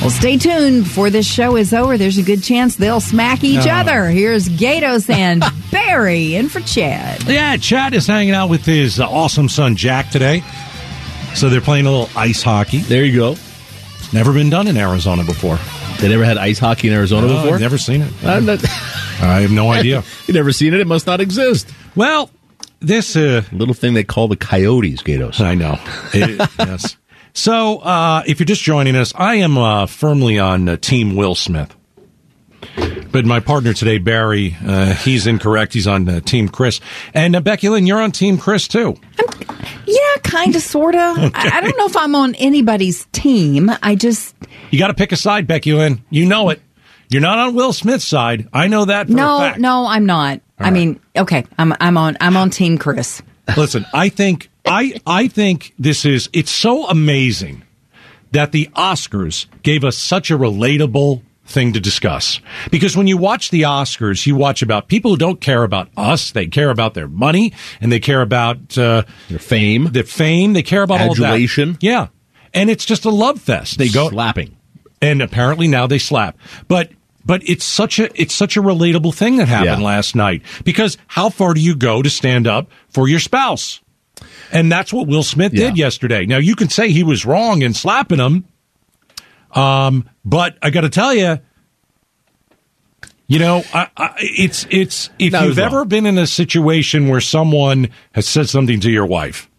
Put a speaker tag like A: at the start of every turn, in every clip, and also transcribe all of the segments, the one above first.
A: Well, stay tuned. Before this show is over, there's a good chance they'll smack each
B: No.
A: other. Here's Gatos and Barry, and for Chad.
B: Yeah, Chad is hanging out with his uh, awesome son Jack today. So they're playing a little ice hockey.
C: There you go.
B: It's never been done in Arizona before.
C: They never had ice hockey in Arizona
B: No,
C: before.
B: I've never seen it.
C: Uh, that-
B: I have no idea.
C: you never seen it. It must not exist.
B: well, this uh,
C: Little thing they call the coyotes, Gatos.
B: I know. It- yes. So, uh, if you're just joining us, I am uh, firmly on uh, Team Will Smith. But my partner today, Barry, uh, he's incorrect. He's on uh, Team Chris. And uh, Becky Lynn, you're on Team Chris, too.
A: Yeah, kind of, sort of. I, I don't know if I'm on anybody's team. I just,
B: You got to pick a side, Becky Lynn. You know it. You're not on Will Smith's side. I know that for a
A: no,
B: fact.
A: no, I'm not. I mean, okay, I'm, I'm on, I'm on Team Chris.
B: Listen, I think I I think this is it's so amazing that the Oscars gave us such a relatable thing to discuss. Because when you watch the Oscars, you watch about people who don't care about us, they care about their money and they care about uh,
C: Their fame.
B: their fame, they care about all
C: Adulation.
B: that. Yeah. And it's just a love fest. They go
C: slapping.
B: and apparently now they slap. But but it's such a it's such a relatable thing that happened
C: Yeah.
B: last night because how far do you go to stand up for your spouse? And that's what Will Smith did
C: Yeah.
B: yesterday. Now you can say he was wrong in slapping him, um, but I got to tell you. You know, I, I, it's it's if
C: No, he
B: you've
C: was
B: ever
C: wrong.
B: been in a situation where someone has said something to your wife,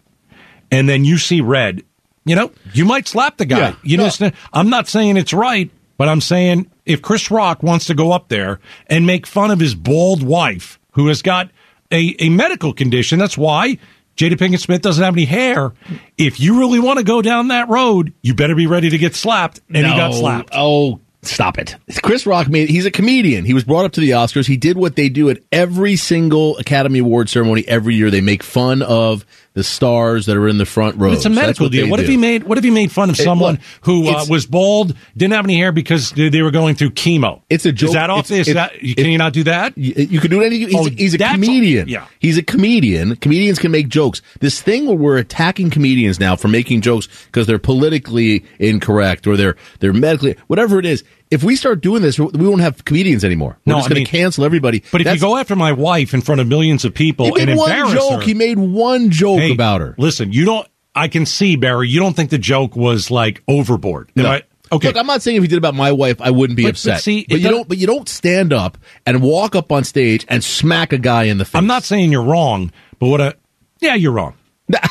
B: and then you see red, you know, you might slap the guy.
C: Yeah.
B: You
C: No.
B: just, I'm not saying it's right, but I'm saying if Chris Rock wants to go up there and make fun of his bald wife who has got a, a medical condition, that's why Jada Pinkett Smith doesn't have any hair. If you really want to go down that road, you better be ready to get slapped. And he got
C: No.
B: slapped.
C: Oh, stop it. Chris Rock made he's a comedian. He was brought up to the Oscars. He did what they do at every single Academy Award ceremony every year. They make fun of the stars that are in the front row.
B: It's a medical deal. what if he made What if he made fun of someone
C: look,
B: who uh,
C: it's-
B: was bald, didn't have any hair because they they were going through chemo?
C: It's a joke.
B: Is that off?
C: It's-
B: is
C: it-
B: that, can you not do that?
C: You, you can do any. He's,
B: Oh,
C: he's a
B: that's-
C: comedian.
B: yeah.
C: he's a comedian. Comedians can make jokes. This thing where we're attacking comedians now for making jokes because they're politically incorrect or they're they're medically whatever it is. If we start doing this, we won't have comedians anymore. We're
B: No,
C: just
B: I
C: going
B: mean-
C: to cancel everybody.
B: But if
C: That's-
B: you go after my wife in front of millions of people
C: he
B: and
C: made one
B: embarrass
C: joke.
B: her,
C: He made one joke
B: Hey,
C: about her.
B: Listen, you don't. I can see Barry. You don't think the joke was like overboard? Am
C: No.
B: I- okay.
C: Look, I'm not saying if he did about my wife, I wouldn't be
B: But- but
C: upset.
B: see, it
C: but you
B: doesn't-
C: don't. But you don't stand up and walk up on stage and smack a guy in the face.
B: I'm not saying you're wrong, but what? I, yeah, you're wrong.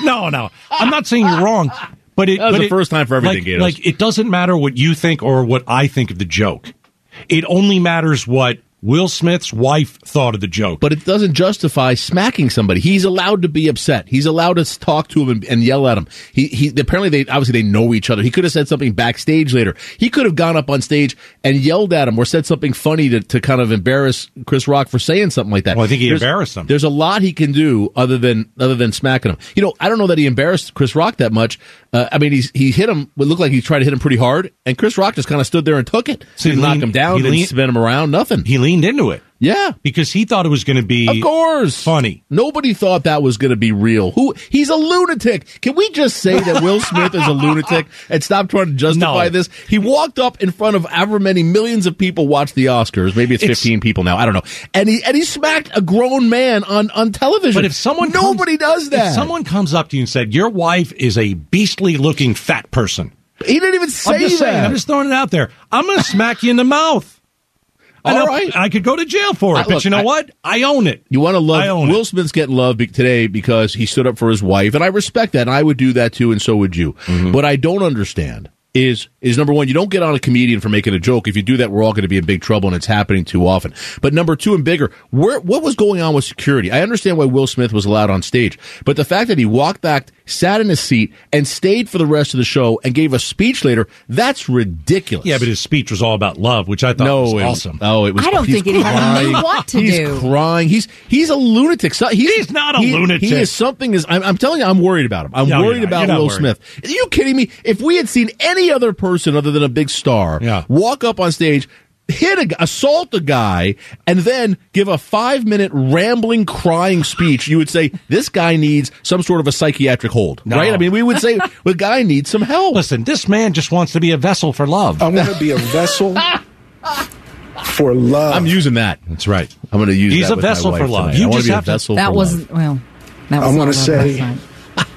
B: No, no, I'm not saying you're wrong. But it
C: That was
B: but
C: the
B: it-
C: first time for everything,
B: like-
C: Gatos.
B: Like, it doesn't matter what you think or what I think of the joke. It only matters what Will Smith's wife thought of the joke.
C: but it doesn't justify smacking somebody. He's allowed to be upset. He's allowed to talk to him and, and yell at him. He, he apparently they obviously they know each other. He could have said something backstage later. He could have gone up on stage and yelled at him or said something funny to, to kind of embarrass Chris Rock for saying something like that.
B: Well, I think he
C: There's-
B: embarrassed him.
C: There's a lot he can do other than other than smacking him. You know, I don't know that he embarrassed Chris Rock that much. Uh, I mean, he's he hit him. It looked like he tried to hit him pretty hard, and Chris Rock just kind of stood there and took it.
B: So he
C: didn't
B: leaned-
C: knock him down.
B: he
C: didn't
B: leaned-
C: spin him around. Nothing.
B: he leaned into it
C: yeah.
B: because he thought it was going to be
C: Of course.
B: funny.
C: Nobody thought that was going to be real. Who he's a lunatic. Can we just say that Will Smith is a lunatic and stop trying to justify
B: No.
C: this? He walked up in front of however many millions of people watched the Oscars. Maybe it's,
B: It's-
C: 15 people now. I don't know. And he and he smacked a grown man on on television.
B: But if someone comes-
C: nobody does that.
B: if someone comes up to you and said your wife is a beastly looking fat person,
C: he didn't even say
B: I'm just
C: that.
B: saying. I'm just throwing it out there. I'm going to smack you in the mouth. And
C: All
B: I'll-
C: right.
B: I could go to jail for it,
C: I-
B: but
C: look,
B: you know
C: I-
B: what? I own it.
C: You want to
B: I
C: love
B: own
C: Will
B: it.
C: Smith's getting love be- today because he stood up for his wife, and I respect that, and I would do that too, and so would you. But I don't understand is is number one, you don't get on a comedian for making a joke. If you do that, we're all going to be in big trouble, and it's happening too often. But number two and bigger, where what was going on with security? I understand why Will Smith was allowed on stage, but the fact that he walked back, sat in his seat, and stayed for the rest of the show, and gave a speech later, that's ridiculous.
B: Yeah, but his speech was all about love, which I thought
C: No,
B: was
C: it-
B: awesome.
C: Oh, it was.
A: I don't
C: he's
A: think anybody knew
C: crying.
A: what to
C: he's
A: do.
C: crying. He's he's a lunatic. So- he's,
B: He's not a
C: he-
B: lunatic.
C: He is something. Is I'm, I'm telling you, I'm worried about him. I'm
B: No, you're
C: worried
B: not. You're
C: about
B: not
C: Will
B: worried.
C: Smith. Are you kidding me? If we had seen any other person other than a big star
B: Yeah.
C: walk up on stage. hit a, g- assault a guy and then give a five minute rambling crying speech you would say this guy needs some sort of a psychiatric hold right i mean we would say the guy needs some help
B: Listen, this man just wants to be a vessel for love.
C: Oh.
D: I want to be a vessel for love.
C: i'm using that
B: That's right.
C: i'm going to use
B: He's
C: that
B: a
C: with my
B: vessel
C: wife
B: for love.
C: tonight.
B: You
C: I wanna
B: just
C: be a
B: have to-
C: vessel
A: That
C: for love.
A: was well. That was
D: I wanna
A: all over last
D: say-
A: night.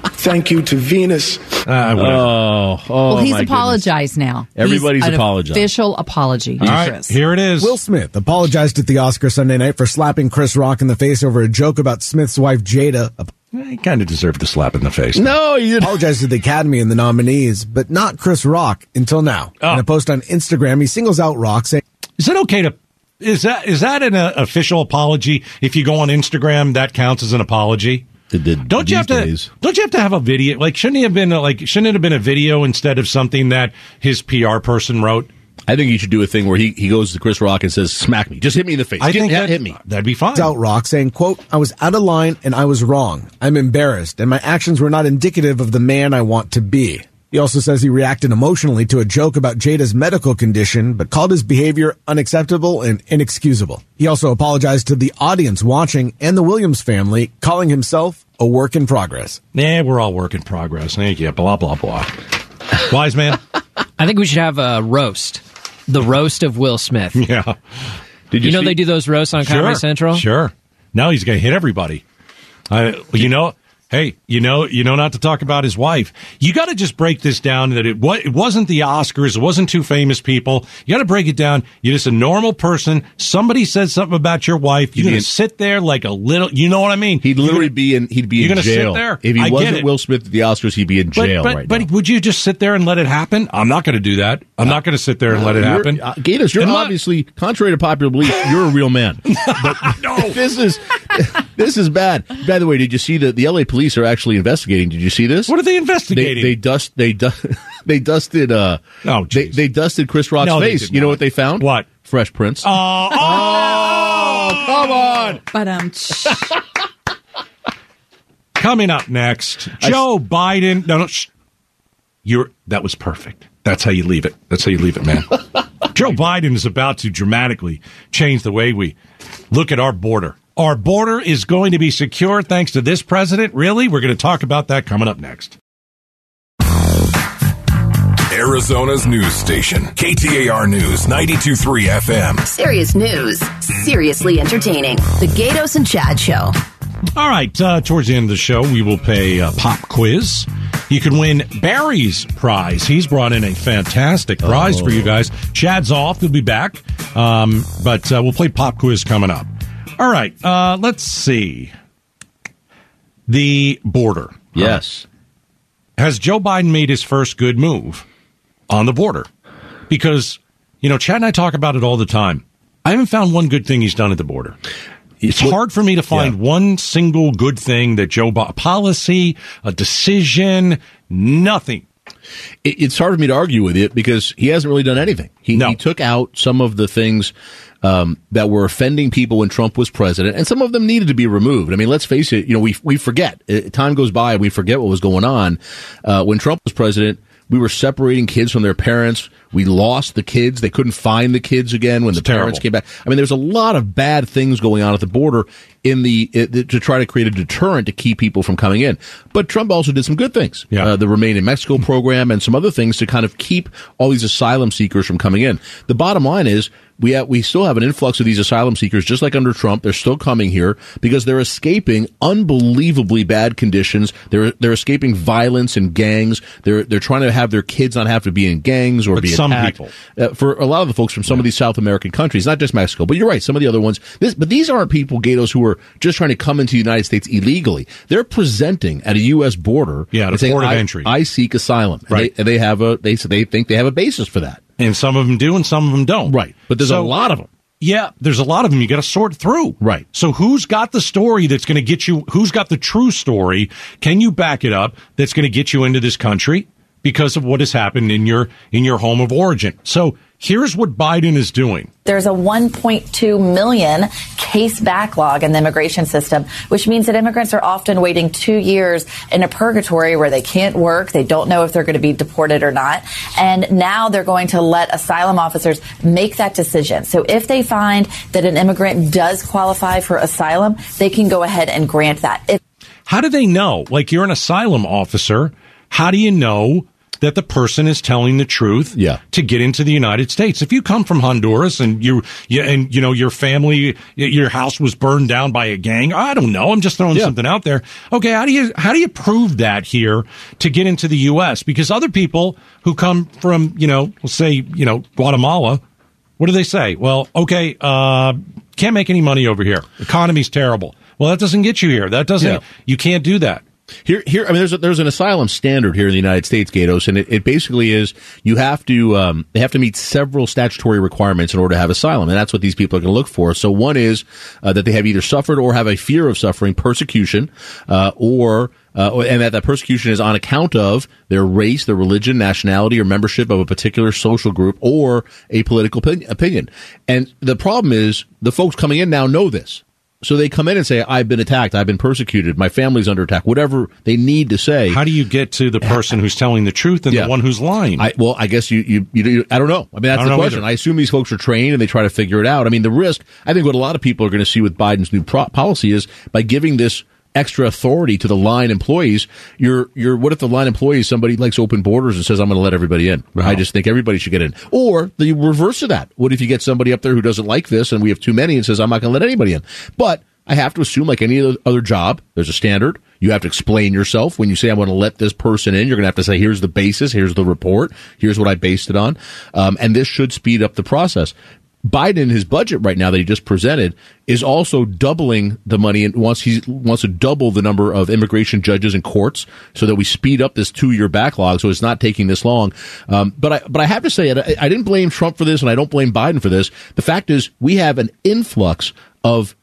D: Thank you to Venus.
B: Uh, whatever.
C: oh oh
A: Well, he's
C: my goodness.
A: apologized now.
C: Everybody's
A: he's an
C: apologized.
A: Official apology.
B: All right, here it is.
E: Will Smith apologized at the Oscar Sunday night for slapping Chris Rock in the face over a joke about Smith's wife Jada.
B: He kind of deserved the slap in the face.
C: no you didn't
E: Apologized to the Academy and the nominees, but not Chris Rock until now.
B: Oh.
E: In a post on Instagram, he singles out Rock, saying,
B: Is it okay to? Is that is that an uh, official apology? If you go on Instagram, that counts as an apology.
C: It did
B: Don't you
C: these
B: have to?
C: days.
B: Don't you have to have a video? Like, shouldn't he have been uh, like? Shouldn't it have been a video instead of something that his PR person wrote?
C: I think you should do a thing where he, he goes to Chris Rock and says, "Smack me, just hit me in the face.
B: I
C: Get-
B: think
C: hit,
B: that
C: hit me."
B: That'd be fine.
E: out Rock, saying, quote, I was out of line and I was wrong. I'm embarrassed and my actions were not indicative of the man I want to be. He also says he reacted emotionally to a joke about Jada's medical condition, but called his behavior unacceptable and inexcusable. He also apologized to the audience watching and the Williams family, calling himself a work in progress.
B: Nah, we're all work in progress. Thank you. Blah blah blah. Wise man.
F: I think we should have a roast. The roast of Will Smith. You,
B: yeah.
C: Did
F: know
C: see-
F: they do those roasts on Comedy Central?
B: Sure. Now he's going to hit everybody. I, you know, hey, you know, you know, not to talk about his wife. You got to just break this down that it, wa- it wasn't the Oscars, it wasn't two famous people. You got to break it down. You're just a normal person. Somebody says something about your wife. You're
C: He
B: going to
C: didn't-
B: sit there like a little. You know what I mean?
C: He'd literally be in. He'd be
B: you're
C: in
B: gonna sit
C: jail
B: there?
C: if he
B: I get
C: wasn't
B: it.
C: Will Smith at the Oscars. He'd be in
B: But,
C: jail
B: but,
C: right
B: but
C: now.
B: would you just sit there and let it happen? I'm not going to do that. I'm not going to sit there and let it
C: You're-
B: happen.
C: uh, Gators, you're
B: And look-
C: obviously, contrary to popular belief, you're a real man.
B: no.
C: this is this is bad. By the way, did you see that the LA police are actually investigating? Did you see this?
B: What are they
C: they,
B: investigating?
C: they dust they du- they dusted uh
B: Oh,
C: they,
B: jeez.
C: they dusted Chris Rock's
B: No, they
C: face.
B: did
C: You know
B: not.
C: what they found?
B: What?
C: Fresh Uh-huh. prints.
B: Uh, oh!
C: come on.
A: But um,
B: Coming up next,
C: I-
B: Joe Biden. No, no, shh. you're that was perfect. That's how you leave it. That's how you leave it, man. Joe Biden is about to dramatically change the way we look at our border. Our border is going to be secure thanks to this president. Really, we're going to talk about that coming up next.
G: Arizona's news station, KTAR News 923 FM.
H: Serious news, seriously entertaining. The Gatos and Chad Show.
B: All right, uh, towards the end of the show, we will play a pop quiz. You can win Barry's prize. He's brought in a fantastic prize for you guys. Chad's off; he'll be back, um, but uh, we'll play pop quiz coming up. All right, uh, let's see the border.
C: Yes.
B: Has Joe Biden made his first good move on the border? Because you know, Chad and I talk about it all the time. I haven't found one good thing he's done at the border. It's hard for me to find one single good thing that Joe Biden, policy, a decision, nothing.
C: it, it's hard for me to argue with it because he hasn't really done anything. He,
B: No.
C: he took out some of the things um, that were offending people when Trump was president, and some of them needed to be removed. I mean, let's face it. You know, we we forget. Uh, time goes by, we forget what was going on uh, when Trump was president. We were separating kids from their parents. We lost the kids. They couldn't find the kids again when the
B: terrible.
C: parents came back. I mean, there's a lot of bad things going on at the border in the uh, to try to create a deterrent to keep people from coming in. But Trump also did some good things.
B: Yeah.
C: Uh, the Remain in Mexico program and some other things to kind of keep all these asylum seekers from coming in. The bottom line is we have, we still have an influx of these asylum seekers, just like under Trump. They're still coming here because they're escaping unbelievably bad conditions. They're they're escaping violence and gangs. They're they're trying to have their kids not have to be in gangs or
B: But
C: be
B: some
C: attacked.
B: people.
C: Uh, for a lot of the folks from some of these South American countries, not just Mexico, but you're right, some of the other ones. This, but these aren't people, Gatos, who are just trying to come into the United States illegally. They're presenting at a U.S. border
B: Yeah, at
C: and
B: a port of
C: I,
B: entry.
C: I seek asylum. And
B: Right.
C: They, and they have a they they think they have a basis for that.
B: And some of them do and some of them don't.
C: But there's
B: So-
C: a lot of them.
B: Yeah, there's a lot of them you got to sort through.
C: Right.
B: So who's got the story that's going to get you who's got the true story? Can you back it up that's going to get you into this country because of what has happened in your in your home of origin? So Here's what Biden is doing.
I: There's a 1.2 million case backlog in the immigration system, which means that immigrants are often waiting two years in a purgatory where they can't work. They don't know if they're going to be deported or not. And now they're going to let asylum officers make that decision. So if they find that an immigrant does qualify for asylum, they can go ahead and grant that. If-
B: How do they know? Like you're an asylum officer. How do you know that the person is telling the truth
C: Yeah.
B: to get into the United States? If you come from Honduras and you, you and you know your family your house was burned down by a gang, I don't know. I'm just throwing
C: Yeah.
B: something out there. Okay, how do you how do you prove that here to get into the US? Because other people who come from, you know, let's say, you know, Guatemala, what do they say? Well, okay, uh, can't make any money over here. Economy's terrible. Well, that doesn't get you here. That doesn't.
C: Yeah.
B: You can't do that.
C: Here, here. I mean, there's a, there's an asylum standard here in the United States, Gatos, and it, it basically is you have to um, they have to meet several statutory requirements in order to have asylum, and that's what these people are going to look for. So one is uh, that they have either suffered or have a fear of suffering persecution, uh, or uh, or- and that that persecution is on account of their race, their religion, nationality, or membership of a particular social group or a political opin- opinion. And the problem is the folks coming in now know this. So they come in and say, I've been attacked, I've been persecuted, my family's under attack, whatever they need to say.
B: How do you get to the person who's telling the truth and
C: Yeah.
B: the one who's lying?
C: I, well, I guess you, you, you, you, I don't know. I mean, that's
B: I don't
C: the
B: know
C: question.
B: either.
C: I assume these folks are trained and they try to figure it out. I mean, the risk, I think what a lot of people are going to see with Biden's new pro- policy is by giving this extra authority to the line employees, you're, you're, what if the line employee is somebody who likes open borders and says, I'm going to let everybody in. I just think everybody should get in. Or the reverse of that. What if you get somebody up there who doesn't like this and we have too many and says, I'm not going to let anybody in. But I have to assume, like any other- other job, there's a standard. You have to explain yourself. When you say, I'm going to let this person in, you're going to have to say, here's the basis, here's the report, here's what I based it on. Um, and this should speed up the process. Biden, his budget right now that he just presented, is also doubling the money and wants he wants to double the number of immigration judges and courts so that we speed up this two year backlog so it's not taking this long. Um, but I but I have to say, I, I didn't blame Trump for this and I don't blame Biden for this. The fact is, we have an influx of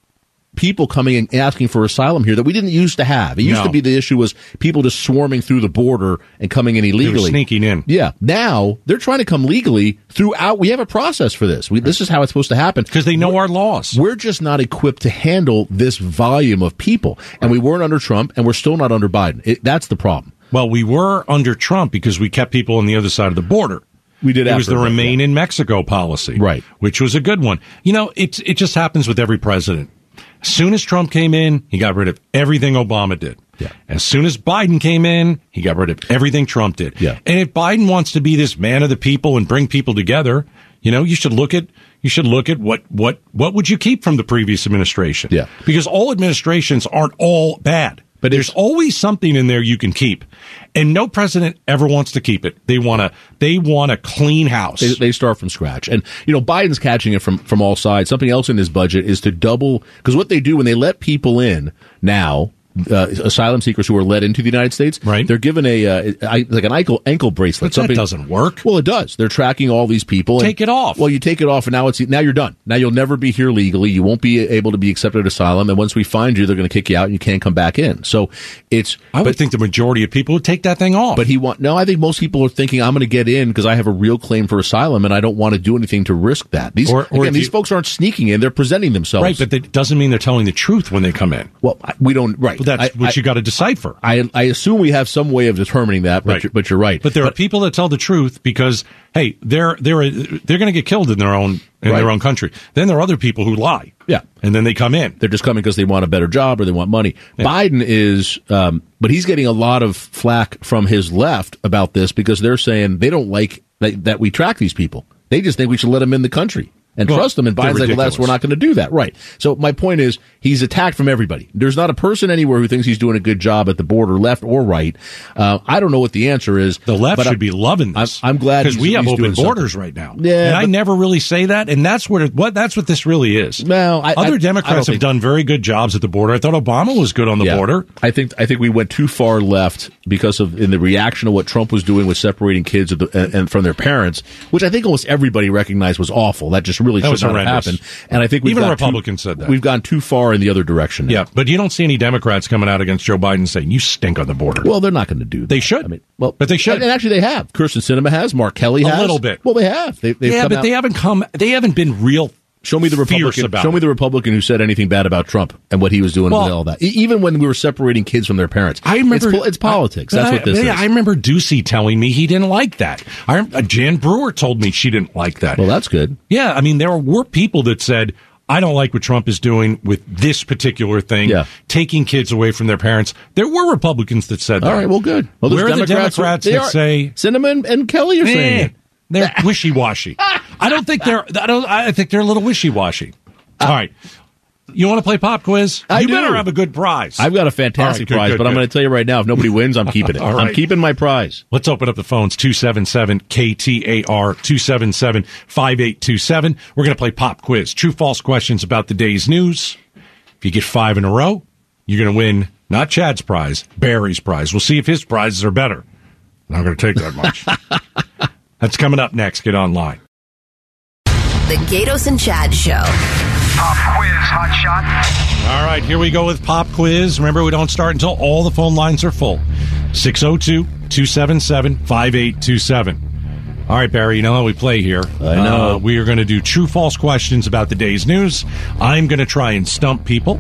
C: people coming and asking for asylum here that we didn't used to have. It used
B: No.
C: to be the issue was people just swarming through the border and coming in
B: They were
C: illegally.
B: sneaking in.
C: Yeah. Now they're trying to come legally throughout. We have a process for this. We, this is how it's supposed to happen.
B: Because they know our laws.
C: We're just not equipped to handle this volume of people. And we weren't under Trump and we're still not under Biden. It, that's the problem.
B: Well, we were under Trump because we kept people on the other side of the border.
C: We did
B: It was
C: after
B: the
C: him,
B: remain in Mexico policy,
C: Right.
B: Which was a good one. You know, it it just happens with every president. As soon as Trump came in, he got rid of everything Obama did.
C: Yeah.
B: As soon as Biden came in, he got rid of everything Trump did.
C: Yeah.
B: And if Biden wants to be this man of the people and bring people together, you know, you should look at you should look at what what what would you keep from the previous administration?
C: Yeah.
B: Because all administrations aren't all bad. But there's always something in there you can keep. And no president ever wants to keep it. They want to they want a clean house.
C: They, they start from scratch, and you know Biden's catching it from from all sides. Something else in his budget is to double because what they do when they let people in now. Uh, asylum seekers who are let into the United States,
B: Right.
C: They're given a uh, I- like an ankle ankle bracelet.
B: But that doesn't work.
C: Well, it does. They're tracking all these people.
B: Take it off.
C: Well, you take it off, and now it's now you're done. Now you'll never be here legally. You won't be able to be accepted at asylum. And once we find you, they're going to kick you out, and you can't come back in. So it's
B: I
C: but-
B: would think the majority of people would take that thing off.
C: but he want no. I think most people are thinking I'm going to get in because I have a real claim for asylum and I don't want to do anything to risk that. These
B: Or- or
C: again,
B: if
C: these
B: you-
C: folks aren't sneaking in; they're presenting themselves.
B: right, but that doesn't mean they're telling the truth when they come in.
C: well, I- we don't. Right,
B: Well, that's
C: I,
B: what
C: I,
B: you got to decipher.
C: I, I assume we have some way of determining that, but
B: Right.
C: you're, but you're right.
B: But there are people that tell the truth because hey, they're they're they're going to get killed in their own in
C: Right.
B: their own country. Then there are other people who lie.
C: Yeah.
B: and then they come in.
C: They're just coming because they want a better job or they want money. Biden is, um, but he's getting a lot of flack from his left about this because they're saying they don't like that, that we track these people. They just think we should let them in the country and
B: Well,
C: trust them. And
B: they're
C: Biden's like, well, that's,
B: ridiculous.
C: we're not going to do that. Right. So my point is he's attacked from everybody. There's not a person anywhere who thinks he's doing a good job at the border, left or right. Uh, I don't know what the answer is.
B: The left
C: but
B: should
C: I'm-
B: be loving this.
C: I'm, I'm glad
B: because
C: he's
B: we
C: at
B: have
C: least
B: open
C: doing something.
B: borders right now.
C: Yeah,
B: and I
C: but-
B: never really say that. And that's what it, what that's what this really is.
C: No, I- I-
B: other
C: I don't
B: Democrats have
C: think-
B: done very good jobs at the border. I thought Obama was good on the
C: Yeah.
B: border.
C: I think I think we went too far left because of in the reaction to what Trump was doing with separating kids of the, and, and from their parents, which I think almost everybody recognized was awful. That just really
B: That was
C: should not have
B: horrendous.
C: happened. And I think we've
B: Even
C: gone
B: Republicans
C: too,
B: said that.
C: We've gone too far in the other direction. now.
B: Yeah, but you don't see any Democrats coming out against Joe Biden saying you stink on the border.
C: Well, they're not going to do that.
B: They should.
C: I mean, well,
B: But they should.
C: And, and actually, they have. Kirsten Cinema has. Mark Kelly
B: A
C: has.
B: little bit.
C: Well, they have. They, they've
B: yeah,
C: come
B: but
C: out-
B: they haven't come. They haven't been real.
C: Show me the
B: fierce
C: Republican.
B: about
C: show
B: it.
C: me the Republican who said anything bad about Trump and what he was doing
B: Well-
C: with all that. E- even when we were separating kids from their parents,
B: I remember
C: it's, pol- it's politics.
B: But
C: That's
B: I-
C: what this
B: but yeah,
C: is.
B: I remember Ducey telling me he didn't like that. I rem- uh, Jan Brewer told me she didn't like that.
C: well, that's good.
B: yeah, I mean there were people that said I don't like what Trump is doing with this particular thing,
C: Yeah.
B: taking kids away from their parents. There were Republicans that said that.
C: All right. Well, good. Well,
B: Where
C: there's
B: are the Democrats
C: they
B: that
C: are-
B: say
C: Cinema and, and Kelly are saying
B: eh,
C: it.
B: they're wishy washy? I don't think they're. I don't. I think they're a little wishy washy. All right. You want to play pop quiz?
C: I
B: you
C: do.
B: better have a good prize.
C: I've got a fantastic
B: All right, good,
C: prize,
B: good,
C: but I'm
B: good.
C: going to tell you right now, if nobody wins, I'm keeping it.
B: All
C: I'm
B: right.
C: keeping my prize.
B: Let's open up the phones 277 KTAR 277 5827. We're going to play pop quiz. True false questions about the day's news. If you get five in a row, you're going to win not Chad's prize, Barry's prize. We'll see if his prizes are better. Not going to take that much. That's coming up next. Get online.
H: The Gatos and Chad Show.
J: Pop quiz, hot shot.
B: All right, here we go with pop quiz. Remember, we don't start until all the phone lines are full. 602 277 5827. All right, Barry, you know how we play here. I
C: know.
B: Uh, we are going to do true false questions about the day's news. I'm going to try and stump people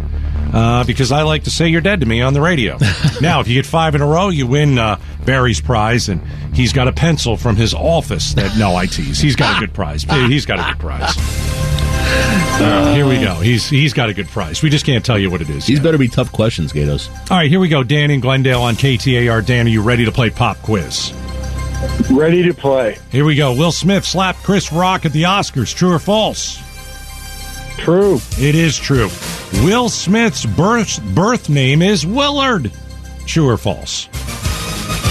B: uh, because I like to say you're dead to me on the radio. now, if you get five in a row, you win uh, Barry's prize, and he's got a pencil from his office that, no, I tease. He's got a good prize. He's got a good prize. Uh, here we go. He's he's got a good price. We just can't tell you what it is.
C: These
B: yet.
C: better be tough questions, Gatos.
B: All right, here we go. Dan in Glendale on KTAR. Dan, are you ready to play pop quiz?
D: Ready to play.
B: Here we go. Will Smith slapped Chris Rock at the Oscars. True or false?
D: True.
B: It is true. Will Smith's birth birth name is Willard. True or false?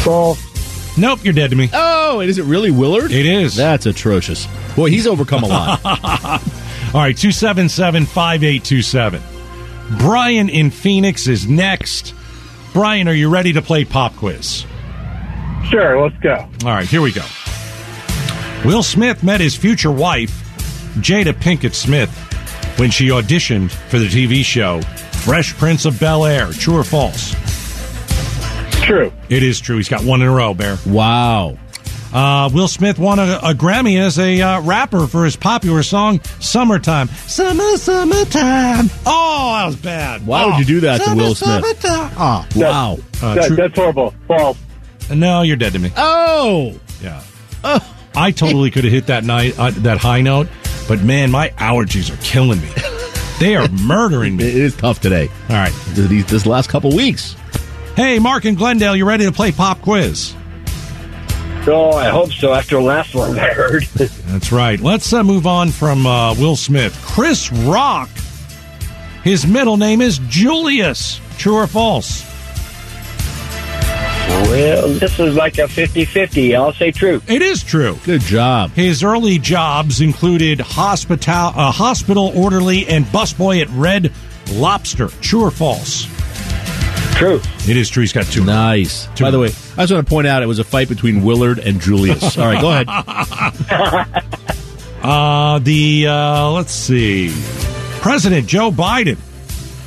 D: False.
B: Nope, you're dead to me.
C: Oh, and is it really Willard?
B: It is.
C: That's atrocious. Boy, he's overcome a lot.
B: All right, 277 5827. Brian in Phoenix is next. Brian, are you ready to play pop quiz?
D: Sure, let's go.
B: All right, here we go. Will Smith met his future wife, Jada Pinkett Smith, when she auditioned for the TV show Fresh Prince of Bel Air. True or false?
D: True.
B: It is true. He's got one in a row, Bear.
C: wow.
B: Uh, Will Smith won a, a Grammy as a uh, rapper for his popular song Summertime. Summer, summertime. Oh, that was bad.
C: Why
B: Oh.
C: would you do that to Will Smith?
B: summertime. Oh.
C: Wow.
B: Uh,
D: That-
B: true-
D: That's horrible. False.
B: No, you're dead to me.
C: Oh.
B: Yeah. Oh. I totally could have hit that night uh, that high note, but man, my allergies are killing me. They are murdering
C: It
B: me.
C: is tough today.
B: All right.
C: Th- These, this last couple weeks.
B: Hey, Mark and Glendale, you ready to play pop quiz?
D: Oh, I hope so. After last one, I heard.
B: That's right. Let's uh, move on from uh, Will Smith. Chris Rock. His middle name is Julius. True or false?
D: well, this is like a 50-50. I'll say true.
B: It is true.
C: Good job.
B: His early jobs included hospital, uh, hospital orderly and busboy at Red Lobster. True or false?
D: True.
B: It is true. He's got two.
C: Nice. By the way, I just want to point out it was a fight between Willard and Julius. All right, go ahead.
B: Uh, the uh, let's see, President Joe Biden.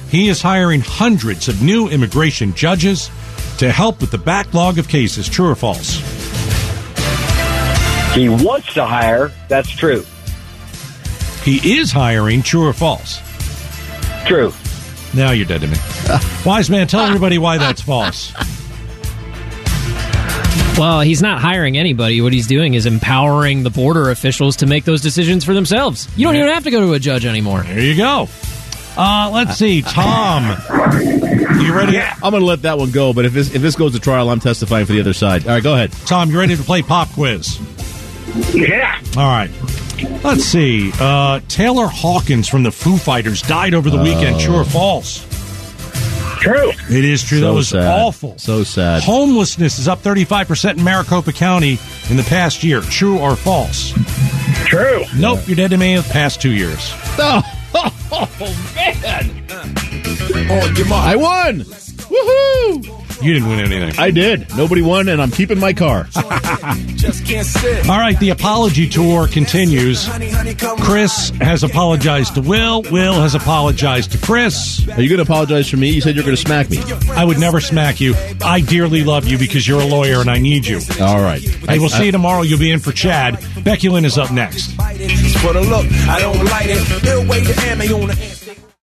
B: He is hiring hundreds of new immigration judges to help with the backlog of cases. True or false?
D: He wants to hire. That's true.
B: He is hiring. True or false?
D: True.
B: Now you're dead to me. Wise man, tell everybody why that's false.
F: Well, he's not hiring anybody. What he's doing is empowering the border officials to make those decisions for themselves. You don't even have to go to a judge anymore.
B: There you go. Uh, let's see, Tom. You ready?
C: I'm going to let that one go, but if this if this goes to trial, I'm testifying for the other side. All right, go ahead.
B: Tom, you ready to play pop quiz?
D: Yeah.
B: All right. Let's see. Uh, Taylor Hawkins from the Foo Fighters died over the weekend. True or false?
D: True.
B: Oh. It is true. that
C: So
B: was
C: sad.
B: awful.
C: So sad.
B: Homelessness is up 35% in Maricopa County in the past year. True or false?
D: True.
B: Nope, you're dead to me in the past two years. Oh,
C: I won. Woohoo!
B: You didn't win anything.
C: I did. Nobody won, and I'm keeping my car.
G: Just can't sit.
B: All right, the apology tour continues. Chris has apologized to Will. Will has apologized to Chris.
C: Are you going to apologize for me? You said you're going to smack me.
B: I would never smack you. I dearly love you because you're a lawyer and I need you.
C: All right.
B: Hey, we'll see you tomorrow. You'll be in for Chad. Becky Lynn is up next.
G: For the look, I don't like it. They'll wait to hand me on the